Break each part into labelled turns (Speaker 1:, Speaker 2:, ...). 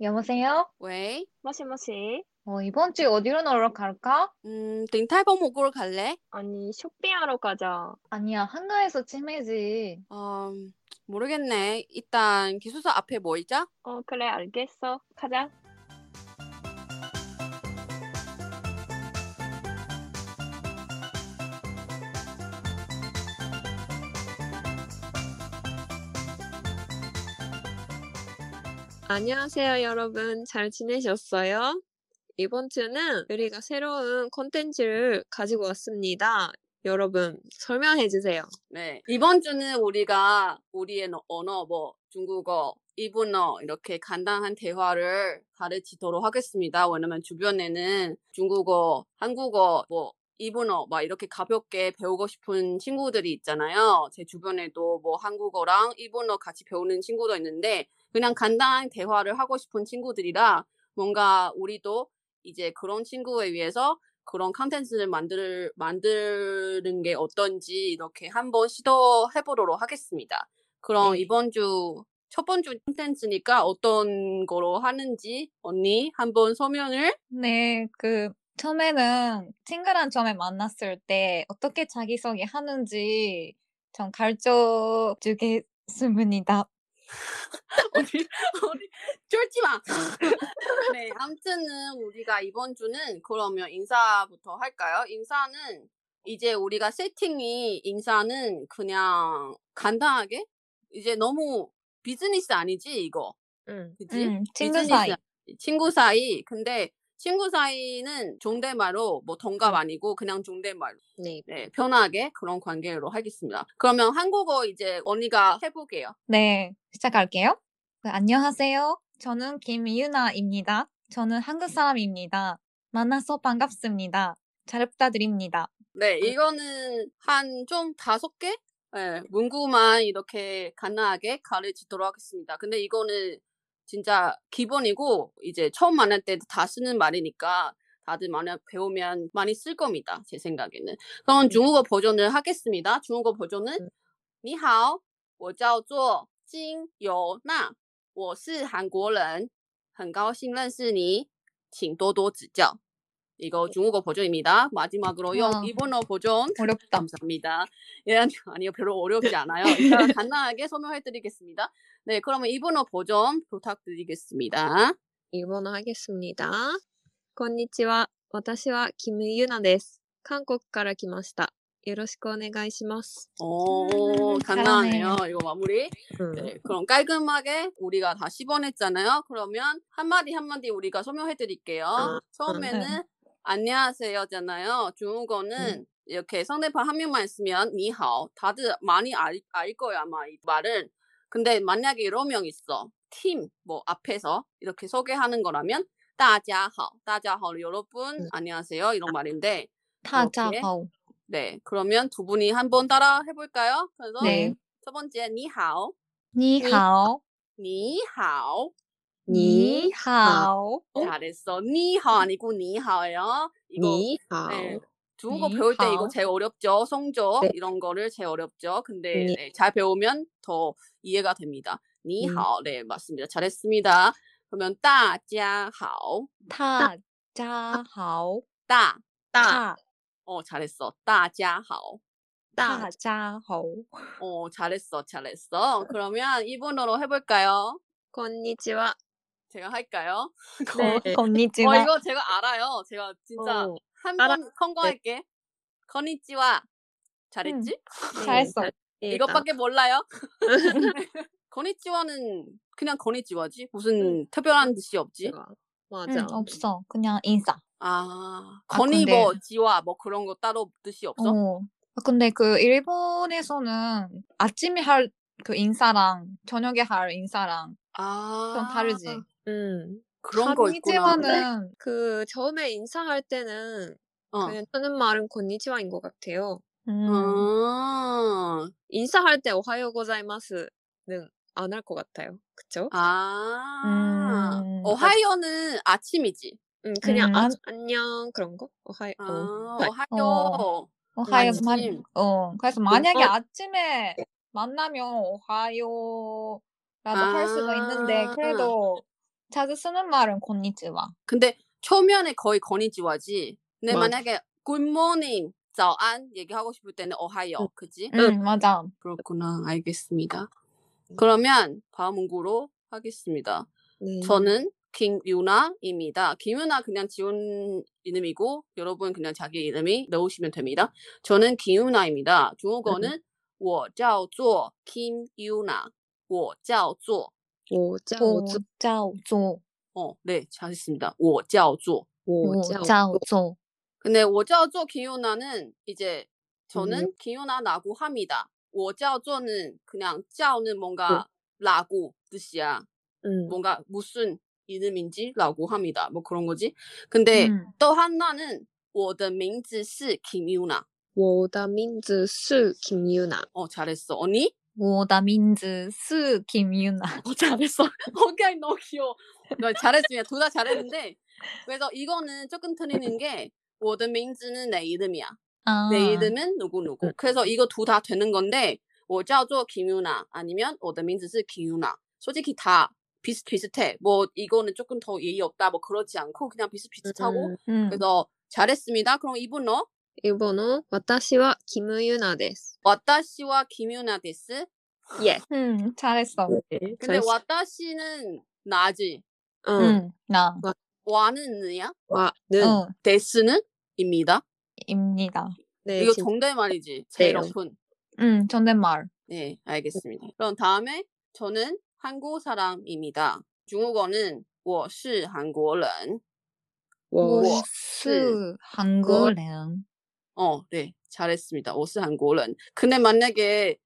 Speaker 1: 여보세요?
Speaker 2: 왜?
Speaker 3: 뭐시 뭐시?
Speaker 1: 어, 이번 주에 어디로 놀러 갈까?
Speaker 2: 음, 딩탈범 목으로 갈래?
Speaker 3: 아니 쇼핑하러 가자.
Speaker 1: 아니야, 한가해서 치매지.
Speaker 2: 어, 모르겠네. 일단 기숙사 앞에 뭐 모이자.
Speaker 3: 어 그래 알겠어. 가자. 안녕하세요 여러분. 잘 지내셨어요? 이번 주는 우리가 새로운 콘텐츠를 가지고 왔습니다. 여러분 설명해 주세요.
Speaker 2: 네. 이번 주는 우리가 우리의 너- 언어, 뭐, 중국어, 일본어, 이렇게 간단한 대화를 가르치도록 하겠습니다. 왜냐면 주변에는 중국어, 한국어, 뭐, 일본어, 막 이렇게 가볍게 배우고 싶은 친구들이 있잖아요. 제 주변에도 뭐 한국어랑 일본어 같이 배우는 친구도 있는데, 그냥 간단한 대화를 하고 싶은 친구들이라 뭔가 우리도 이제 그런 친구에 위해서 그런 컨텐츠를 만들, 만드는 게 어떤지 이렇게 한번 시도해보도록 하겠습니다. 그럼 이번 주, 첫 번째 컨텐츠니까 어떤 거로 하는지 언니 한번 서면을
Speaker 1: 네, 그, 처음에는 친구랑 처음에 만났을 때 어떻게 자기소개 하는지 좀 가르쳐 주겠습니다.
Speaker 2: 언니, 언니, 쫄지 마! 네, 아무튼은 우리가 이번 주는 그러면 인사부터 할까요? 인사는 이제 우리가 세팅이 인사는 그냥 간단하게? 이제 너무 비즈니스 아니지, 이거?
Speaker 3: 응.
Speaker 2: 그지?
Speaker 1: 음, 친구
Speaker 2: 비즈니스
Speaker 1: 사이.
Speaker 2: 아니- 친구 사이. 근데 친구 사이는 존댓말로 뭐
Speaker 1: 음.
Speaker 2: 동갑 아니고 그냥 존댓말로
Speaker 3: 네.
Speaker 2: 네, 편하게 그런 관계로 하겠습니다. 그러면 한국어 이제 언니가 해볼게요.
Speaker 1: 네, 시작할게요. 네, 안녕하세요. 저는 김유나입니다. 저는 한국 사람입니다. 만나서 반갑습니다. 잘 부탁드립니다.
Speaker 2: 네,
Speaker 1: 음.
Speaker 2: 이거는 한 좀 다섯 개 네, 문구만 이렇게 간단하게 가르치도록 하겠습니다. 근데 이거는 진짜 기본이고 이제 처음 만날 때 다 쓰는 말이니까 다들 많이 배우면 많이 쓸 겁니다. 제 생각에는. 그럼 중국어 버전을 하겠습니다. 중국어 버전은
Speaker 3: 음.
Speaker 2: 你好,我叫做金尤娜,我是韩国人,很高兴认识你,请多多指教. 이거 중국어 버전입니다. 마지막으로
Speaker 1: 와.
Speaker 2: 영 일본어 버전
Speaker 1: 어렵다.
Speaker 2: 감사합니다. 예, 아니- 아니요, 별로 어렵지 않아요. 일단 간단하게 설명해드리겠습니다. 네, 그러면 일본어 버전 부탁드리겠습니다.
Speaker 3: 일본어 하겠습니다. こんにちは。私はキムユナです。韓国から来ました。よろしくお願いします。
Speaker 2: 오,
Speaker 1: 음,
Speaker 2: 간단하네요. 이거 마무리.
Speaker 3: 응.
Speaker 2: 네, 그럼 깔끔하게 우리가 다 씹어냈잖아요. 그러면 한마디 한마디 우리가 설명해드릴게요.
Speaker 3: 아,
Speaker 2: 처음에는 안녕하세요잖아요. 중국어는 이렇게 상대방 한 명만 있으면 니하오. 다들 많이 알, 알 거야, 아마 이 말을. 근데 만약에 여러 명 있어. 팀, 뭐, 앞에서 이렇게 소개하는 거라면, 大家好,大家好, 여러분,
Speaker 3: 음.
Speaker 2: 안녕하세요. 이런 말인데,
Speaker 1: 타자하오.
Speaker 2: 네. 그러면 두 분이 한번 따라 해볼까요? 그래서,
Speaker 1: 네.
Speaker 2: 첫 번째, 니하오.
Speaker 1: 니하오.
Speaker 2: 你好,
Speaker 3: 你
Speaker 1: 니하오.
Speaker 2: 잘했어. 你好 아니고 你好예요. 이거
Speaker 3: にハ
Speaker 2: 네
Speaker 3: オ。
Speaker 2: 중국 배울 때 이거
Speaker 1: 니하오.
Speaker 2: 제일 어렵죠. 성조
Speaker 3: 네.
Speaker 2: 이런 거를 제일 어렵죠. 근데
Speaker 3: 니.
Speaker 2: 네, 잘 배우면 더 이해가 됩니다. 你好, 네 맞습니다. 잘했습니다. 그러면 大家好,
Speaker 1: 타자하오.
Speaker 2: 大,
Speaker 3: 大
Speaker 2: 어 잘했어. 大家好,
Speaker 3: 大
Speaker 1: 타자하오.
Speaker 2: 어 잘했어, 잘했어. 그러면 일본어로 해볼까요?
Speaker 3: こんにちは。
Speaker 2: 제가 할까요?
Speaker 3: 네.
Speaker 2: 어
Speaker 1: 건니지와.
Speaker 2: 이거 제가 알아요. 제가 진짜
Speaker 3: 어,
Speaker 2: 한
Speaker 3: 알아.
Speaker 2: 번 성공할게. 건니치와 잘했지?
Speaker 1: 잘했어.
Speaker 2: 이것밖에 몰라요. 건니치와는 그냥 건니치와지
Speaker 1: 음.
Speaker 2: 무슨 특별한 뜻이 없지.
Speaker 1: 응,
Speaker 3: 맞아.
Speaker 1: 없어. 그냥 인사.
Speaker 2: 아
Speaker 1: 아,
Speaker 2: 건니
Speaker 1: 근데-
Speaker 2: 뭐 지와 뭐 그런 거 따로 뜻이 없어?
Speaker 1: 어. 아, 근데 그 일본에서는 아침에 할 그 인사랑 저녁에 할 인사랑
Speaker 2: 아
Speaker 1: 좀 다르지.
Speaker 3: 음.
Speaker 2: 그런 거 있구나.
Speaker 1: 건니지와는
Speaker 3: 그 처음에 인사할 때는
Speaker 2: 어.
Speaker 3: 그냥 쓰는 말은 건니치와인 것 같아요.
Speaker 1: 음.
Speaker 2: 음.
Speaker 3: 인사할 때 오하요 고자이마스는 안 할 것 같아요. 그쵸?
Speaker 2: 아
Speaker 1: 음.
Speaker 2: 오하이오는 아침이지.
Speaker 3: 음, 그냥
Speaker 1: 음,
Speaker 3: 아,
Speaker 1: 안-
Speaker 3: 안녕 그런 거? 오하요.
Speaker 2: 아
Speaker 3: 어.
Speaker 2: 오하이오.
Speaker 1: 어. 오하요
Speaker 2: 아침.
Speaker 1: 말. 어. 그래서 만약에
Speaker 3: 일본-
Speaker 1: 아침에 만나면 오하요라도
Speaker 2: 아.
Speaker 1: 할 수도 있는데 그래도 자주 쓰는 말은 곤니찌와.
Speaker 2: 근데 초면에 거의 건이지와지. 근데
Speaker 3: 맞아.
Speaker 2: 만약에 good morning, 早安 얘기하고 싶을 때는
Speaker 1: 음.
Speaker 2: 오하요, 그지?
Speaker 1: 응, 맞아.
Speaker 2: 그렇구나, 알겠습니다. 그러면 다음으로 하겠습니다.
Speaker 3: 네.
Speaker 2: 저는 김유나입니다. 김유나 그냥 지운 이름이고 여러분 그냥 자기 이름이 넣으시면 됩니다. 저는 김유나입니다.
Speaker 3: 네.
Speaker 2: 중국어는 我叫做 김유나. 我叫做
Speaker 3: 오자
Speaker 1: 오,
Speaker 3: 오자
Speaker 1: 짜오, 조.
Speaker 2: 어, 네, 잘했습니다. 我叫做
Speaker 1: 오,
Speaker 3: 오자
Speaker 1: 짜오, 조.
Speaker 2: 근데 我叫做 김유나는 이제 저는
Speaker 3: 음.
Speaker 2: 김유나라고 합니다. 我叫做는 그냥 叫는 뭔가
Speaker 3: 네.
Speaker 2: 라고 뜻이야.
Speaker 3: 음.
Speaker 2: 뭔가 무슨 이름인지라고 합니다. 뭐 그런 거지. 근데
Speaker 1: 음.
Speaker 2: 또 하나는 我的名字是 김유나.
Speaker 3: 오다 민즈 스 김유나.
Speaker 2: 어 잘했어 언니.
Speaker 1: 오다 뭐, 민즈 스 김유나.
Speaker 2: 어 잘했어. 오케이 너무 귀여워. 너 잘했습니다. 둘 다 잘했는데 그래서 이거는 조금 틀리는 게 我的名字는 내 이름이야.
Speaker 1: 아.
Speaker 2: 내 이름은 누구 누구. 그래서 이거 둘 다 되는 건데 我叫做 김유나 아니면 我的名字是 김유나. 솔직히 다 비슷비슷해. 뭐 이거는 조금 더 예의 없다 뭐 그렇지 않고 그냥 비슷비슷하고
Speaker 3: 음.
Speaker 1: 음.
Speaker 2: 그래서 잘했습니다. 그럼 이분은
Speaker 3: 일본어 私は 김유나 です.
Speaker 2: 와타시와 김유나 데스.
Speaker 3: 예.
Speaker 1: 음, 잘했어.
Speaker 2: 근데 와타시는 나지.
Speaker 3: 응.
Speaker 1: 응, 음, 나.
Speaker 2: 와는 느야.
Speaker 3: 와는
Speaker 1: 어,
Speaker 2: 데스는 입니다.
Speaker 1: 입니다.
Speaker 3: 네,
Speaker 2: 이거
Speaker 3: 진-
Speaker 2: 정답 말이지. 제일
Speaker 3: 네요.
Speaker 2: 높은.
Speaker 1: 음, 존댓말.
Speaker 2: 네, 알겠습니다. 그럼 다음에 저는 한국 사람입니다. 중국어는 我是 한국人.
Speaker 3: 어, 워-
Speaker 2: 워-
Speaker 1: 스 한국인.
Speaker 2: 어, 네. 잘했습니다. 我是 한국人. 근데 만약에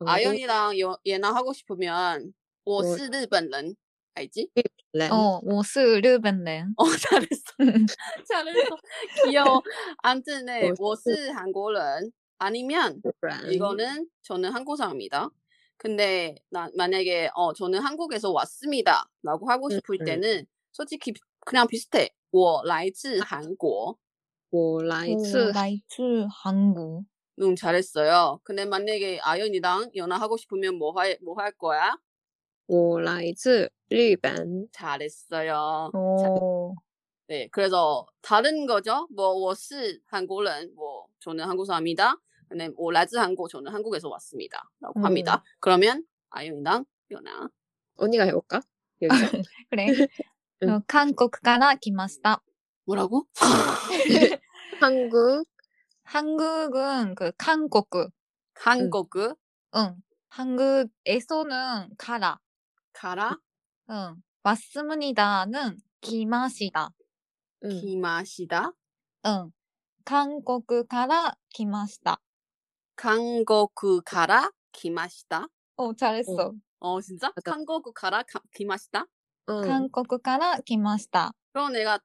Speaker 3: 어,
Speaker 2: 아연이랑 여- 예나 하고 싶으면 我是日本人. 알지?
Speaker 3: 예. 렌.
Speaker 1: 어, 워스 르벤렌.
Speaker 2: 어, 잘했어. 잘했어. 귀여워. 아무튼 네, 我是 한국인 아니면
Speaker 3: 렌.
Speaker 2: 이거는 저는 한국 사람입니다. 근데 나, 만약에 어 저는 한국에서 왔습니다라고 하고 싶을
Speaker 3: 음.
Speaker 2: 때는 솔직히 비- 그냥 비슷해. 我来自 한국.
Speaker 3: 워- 라이츠
Speaker 1: 라이츠 한국.
Speaker 2: 응, 잘했어요. 근데 만약에 아연이랑 연락하고 싶으면 뭐 할 뭐 할 거야?
Speaker 3: 워- 라이츠 일본.
Speaker 2: 잘했어요.
Speaker 1: 오,
Speaker 2: 네, 그래서 다른 거죠. 뭐, 我是 한국인, 뭐, 저는 한국 사람이다. 근데 我来自 한국, 저는 한국에서 왔습니다. 라고
Speaker 1: 음.
Speaker 2: 합니다. 그러면 아윤이랑 연아.
Speaker 3: 언니가 해볼까? 여기서.
Speaker 1: 그래.
Speaker 3: 응.
Speaker 1: 어, 한국から 来ました.
Speaker 2: 뭐라고?
Speaker 1: 음.
Speaker 3: 한국
Speaker 1: 한국은 그 한국.
Speaker 2: 한국
Speaker 1: 응. 한국에서는 가라.
Speaker 2: 가라
Speaker 1: 응. 왔습니다는 기마시다. 음,
Speaker 3: 응.
Speaker 2: 기마시다.
Speaker 1: 응. 한국から 来ました.
Speaker 2: 한국 가라 기마시다.
Speaker 1: 어, 잘했어.
Speaker 2: 어, 진짜?
Speaker 3: 맞아.
Speaker 2: 한국 가라 가- 기마시다.
Speaker 3: 응.
Speaker 1: 한국から 来ました.
Speaker 2: 그럼 내가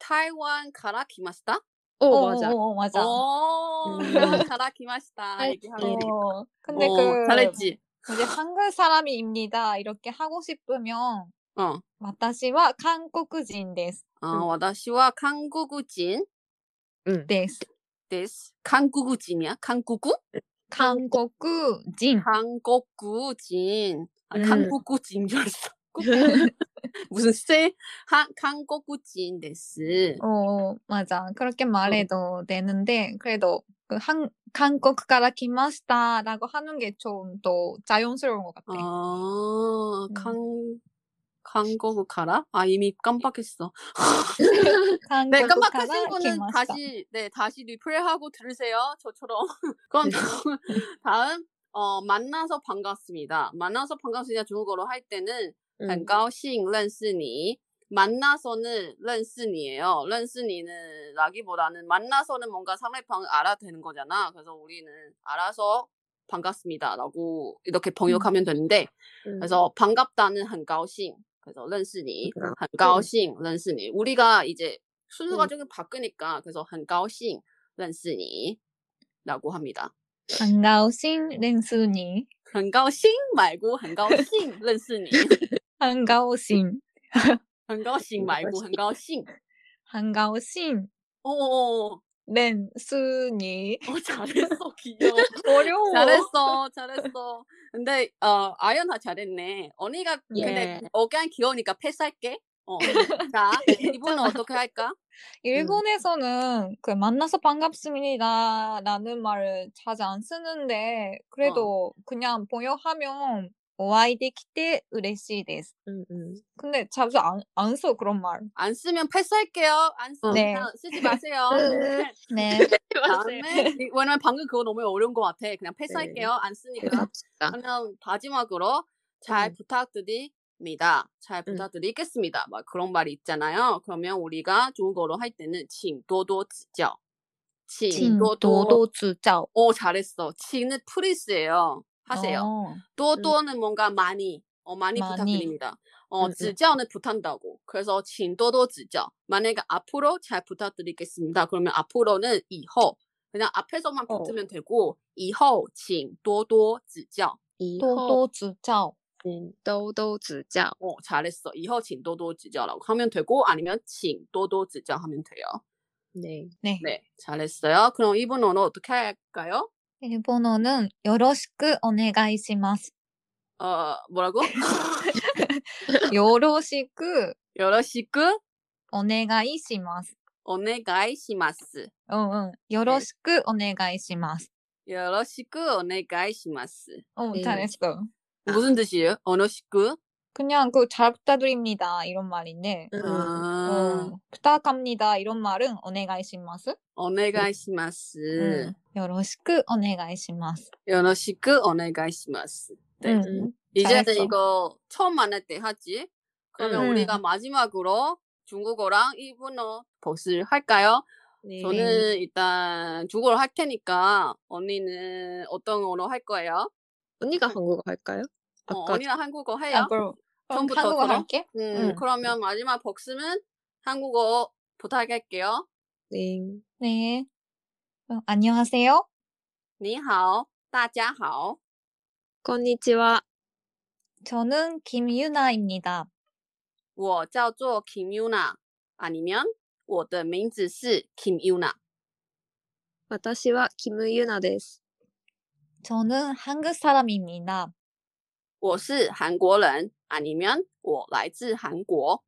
Speaker 2: 타이완 가라 기마시다.
Speaker 3: 오
Speaker 1: 어,
Speaker 3: 맞아.
Speaker 1: 어, 어, 맞아.
Speaker 2: 오,
Speaker 3: 음.
Speaker 2: 타이완 가라 기마시다. 얘기하면 돼.
Speaker 1: 어, 근데
Speaker 2: 어,
Speaker 1: 그
Speaker 2: 잘했지.
Speaker 1: 이제 한국 사람입니다. 이렇게 하고 싶으면
Speaker 2: 어.
Speaker 1: 私は 한국人です.
Speaker 2: 아, 私は 한국인
Speaker 3: 응.
Speaker 1: です.
Speaker 2: です。韓国人や韓国
Speaker 1: 韓国人
Speaker 2: 韓国人。あ
Speaker 1: 음.
Speaker 2: 韓国人じゃない ですか。 아, 무슨쎄 하- 한국인です。
Speaker 1: 어, 맞아. 그렇게 말해도 되는데 그래도 그 한, 한국から 来ました라고 하는 게 좀 더 자연스러운 것
Speaker 2: 어, 네.
Speaker 1: 같아.
Speaker 2: 아,
Speaker 1: 음.
Speaker 2: 한, 한국 가라? 아, 이미 깜빡했어. 네,
Speaker 1: 한국から
Speaker 2: 깜빡하신 분은
Speaker 1: 来ました.
Speaker 2: 다시, 네, 다시 리플레이하고 들으세요. 저처럼. 그럼 다음, 다음, 어, 만나서 반갑습니다. 만나서 반갑습니다. 중국어로 할 때는 很高兴认识你。만나서는认识你예요. 认识你는 라기보다는 만나서는 뭔가 상대방을 알아되는 거잖아. 그래서 우리는 알아서 반갑습니다라고 이렇게 번역하면 되는데
Speaker 3: 응.
Speaker 2: 그래서 반갑다는 很高兴. 그래서 认识你,很高兴认识你. 우리가 이제 순서가
Speaker 3: 음.
Speaker 2: 조금 바뀌니까 그래서 很高兴 认识你라고 합니다.
Speaker 1: 한가오신 렌스니.
Speaker 2: 很高兴 말고 很高兴认识你.
Speaker 1: 한가오신.
Speaker 2: 很高兴 말고 很高兴.
Speaker 1: 한가오신
Speaker 2: 어어어.
Speaker 1: 렌스니.
Speaker 2: 어, 잘했어, 귀여워.
Speaker 1: 어려워.
Speaker 2: 잘했어, 잘했어. 근데, 어, 아연 다 잘했네. 언니가,
Speaker 3: 예.
Speaker 2: 근데, 어간 귀여우니까 패스할게. 어. 자,
Speaker 1: 네,
Speaker 2: 일본은 어떻게 할까?
Speaker 1: 일본에서는 그 만나서 반갑습니다라는 말을 자주 안 쓰는데
Speaker 2: 어.
Speaker 1: 그래도 그냥 번역하면 오아이데 키테 으레시です.
Speaker 3: 음, 음.
Speaker 1: 근데 자주 안 안 써 그런 말.
Speaker 2: 안 쓰면 패스할게요. 안 쓰면
Speaker 1: 네.
Speaker 2: 그냥 쓰지 마세요.
Speaker 3: 네.
Speaker 1: 네.
Speaker 2: 다음에 왜냐면 방금 그거 너무 어려운 것 같아.
Speaker 1: 네.
Speaker 2: 그냥 패스할게요. 안 쓰니까.
Speaker 3: 갑시다.
Speaker 2: 그러면 마지막으로 잘
Speaker 3: 음.
Speaker 2: 부탁드립니다. 잘
Speaker 3: 음.
Speaker 2: 부탁드리겠습니다. 막 그런 말이 있잖아요. 그러면 우리가 중국어로 할 때는 칭도도 지죠. 칭도도
Speaker 1: 도도주자오.
Speaker 2: 오 잘했어. 칭은 프리스예요. 하세요.
Speaker 1: 어.
Speaker 2: 도도는 뭔가 많이 어 많이
Speaker 1: 많이.
Speaker 2: 부탁드립니다. 어
Speaker 3: 음, 음.
Speaker 2: 지教는 부탁한다고. 그래서 칭도도 지죠. 만약에 앞으로 잘 부탁드리겠습니다. 그러면 앞으로는 이호 그냥 앞에서만
Speaker 3: 어.
Speaker 2: 붙으면 되고 이호 칭도도 지죠.
Speaker 3: 이호
Speaker 1: 도도주자오.
Speaker 3: 도도 지자.
Speaker 2: 어, 잘했어. 이허 칭도도 지저라고 하면 되고 아니면 칭도도 지저 하면 돼요.
Speaker 3: 네.
Speaker 1: 네.
Speaker 2: 네, 잘했어요. 그럼 일본어는 어떻게 할까요?
Speaker 1: 일본어는 요로시쿠 오네가이시마스.
Speaker 2: 어, 뭐라고?
Speaker 1: 요로시쿠
Speaker 2: 요러시쿠
Speaker 1: 오네가이시마스.
Speaker 2: 오네가이시마스.
Speaker 1: 응, 응. 요로시쿠 오네가이시마스.
Speaker 2: 요러시쿠 오네가이시마스.
Speaker 1: 어,
Speaker 3: 네.
Speaker 1: 잘했어.
Speaker 3: 아.
Speaker 2: 무슨 뜻이에요? 오너시쿠?
Speaker 1: 그냥 그 잘 부탁드립니다 이런 말인데
Speaker 3: 음.
Speaker 2: 아,
Speaker 1: 어, 부탁합니다 이런 말은 오네가이시마스.
Speaker 2: 오네가이시마스.
Speaker 1: 응. 요로시쿠 오네가이시마스.
Speaker 2: 요러시쿠 오네가이시마스. 네.
Speaker 1: 응.
Speaker 2: 이제는
Speaker 1: 잘했어.
Speaker 2: 이거 처음 만날 때 하지. 그러면
Speaker 1: 음.
Speaker 2: 우리가 마지막으로 중국어랑 일본어 복습 할까요?
Speaker 3: 네.
Speaker 2: 저는 일단 중국어로 할 테니까 언니는 어떤 언어 할 거예요?
Speaker 3: 언니가 한국어 할까요?
Speaker 2: 어,
Speaker 3: 아까
Speaker 2: 언니랑 한국어 해요.
Speaker 1: 아, 그럼 그럼
Speaker 2: 처음부터
Speaker 1: 한국어
Speaker 2: 들어?
Speaker 1: 할게.
Speaker 2: 음,
Speaker 1: 음.
Speaker 2: 그러면 마지막 복습은 한국어 부탁할게요.
Speaker 3: 네.
Speaker 1: 네. 어, 안녕하세요.
Speaker 2: 你好,大家好.
Speaker 3: 건니치와
Speaker 1: 저는 김유나입니다.
Speaker 2: 我叫做 Kim Yuna. 아니면 我的名字是 Kim Yuna.
Speaker 3: 私は 김유나です.
Speaker 1: 저는 한국 사람입니다.
Speaker 2: 我是韩国人. 아니면 我来自韩国.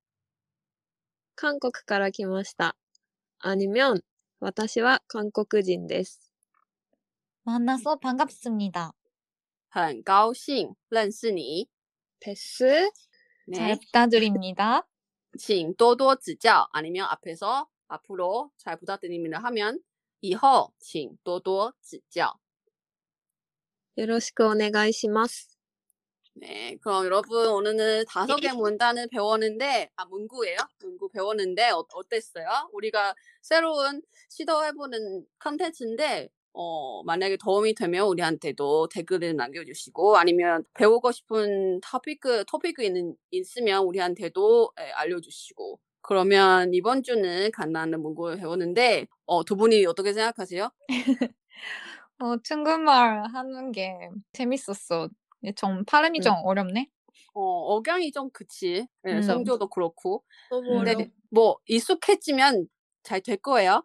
Speaker 3: 한국 から来ました 아니면 私は 한국人です.
Speaker 1: 만나서 반갑습니다.
Speaker 2: 很高兴认识你，
Speaker 3: 패스.
Speaker 1: 잘
Speaker 2: 네,
Speaker 1: 부탁드립니다.
Speaker 2: 请多多指教。아니면앞에서앞으로잘부탁드립니다하면以后请多多指教。
Speaker 3: よろしくお願いします.
Speaker 2: 네, 그럼 여러분 오늘은 다섯 개 문단을 배웠는데 아 문구예요? 문구 배웠는데 어, 어땠어요? 우리가 새로운 시도해보는 컨텐츠인데 어 만약에 도움이 되면 우리한테도 댓글을 남겨주시고 아니면 배우고 싶은 토픽 토픽 있는 있으면 우리한테도 예, 알려주시고 그러면 이번 주는 간단한 문구를 배웠는데 어두 분이 어떻게 생각하세요?
Speaker 1: 어, 중국말 하는 게 재밌었어. 예, 좀 발음이 좀 어렵네.
Speaker 2: 어 억양이 좀 그치 예,
Speaker 1: 음.
Speaker 2: 성조도 그렇고
Speaker 3: 너무
Speaker 1: 네.
Speaker 3: 어려워.
Speaker 2: 근데 뭐 익숙해지면 잘 될 거예요.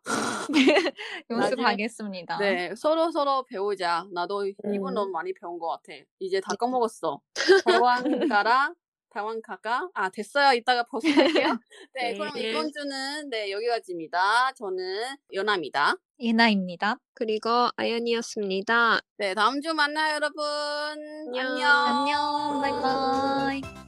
Speaker 1: 연습하겠습니다.
Speaker 2: 네, 서로 서로 배우자. 나도 일본어
Speaker 3: 아. 음. 네.
Speaker 2: 많이 배운 것 같아. 이제 다 까먹었어. 대왕 가라, 대왕 가가. 아 됐어요. 이따가 벗어날게요. 네,
Speaker 3: 네.
Speaker 2: 그럼 이번 주는 네 여기까지입니다. 저는 연아입니다.
Speaker 1: 예나입니다.
Speaker 3: 그리고 아연이었습니다.
Speaker 2: 네, 다음 주 만나요, 여러분.
Speaker 3: 안녕.
Speaker 2: 안녕.
Speaker 1: 안녕, 바이바이.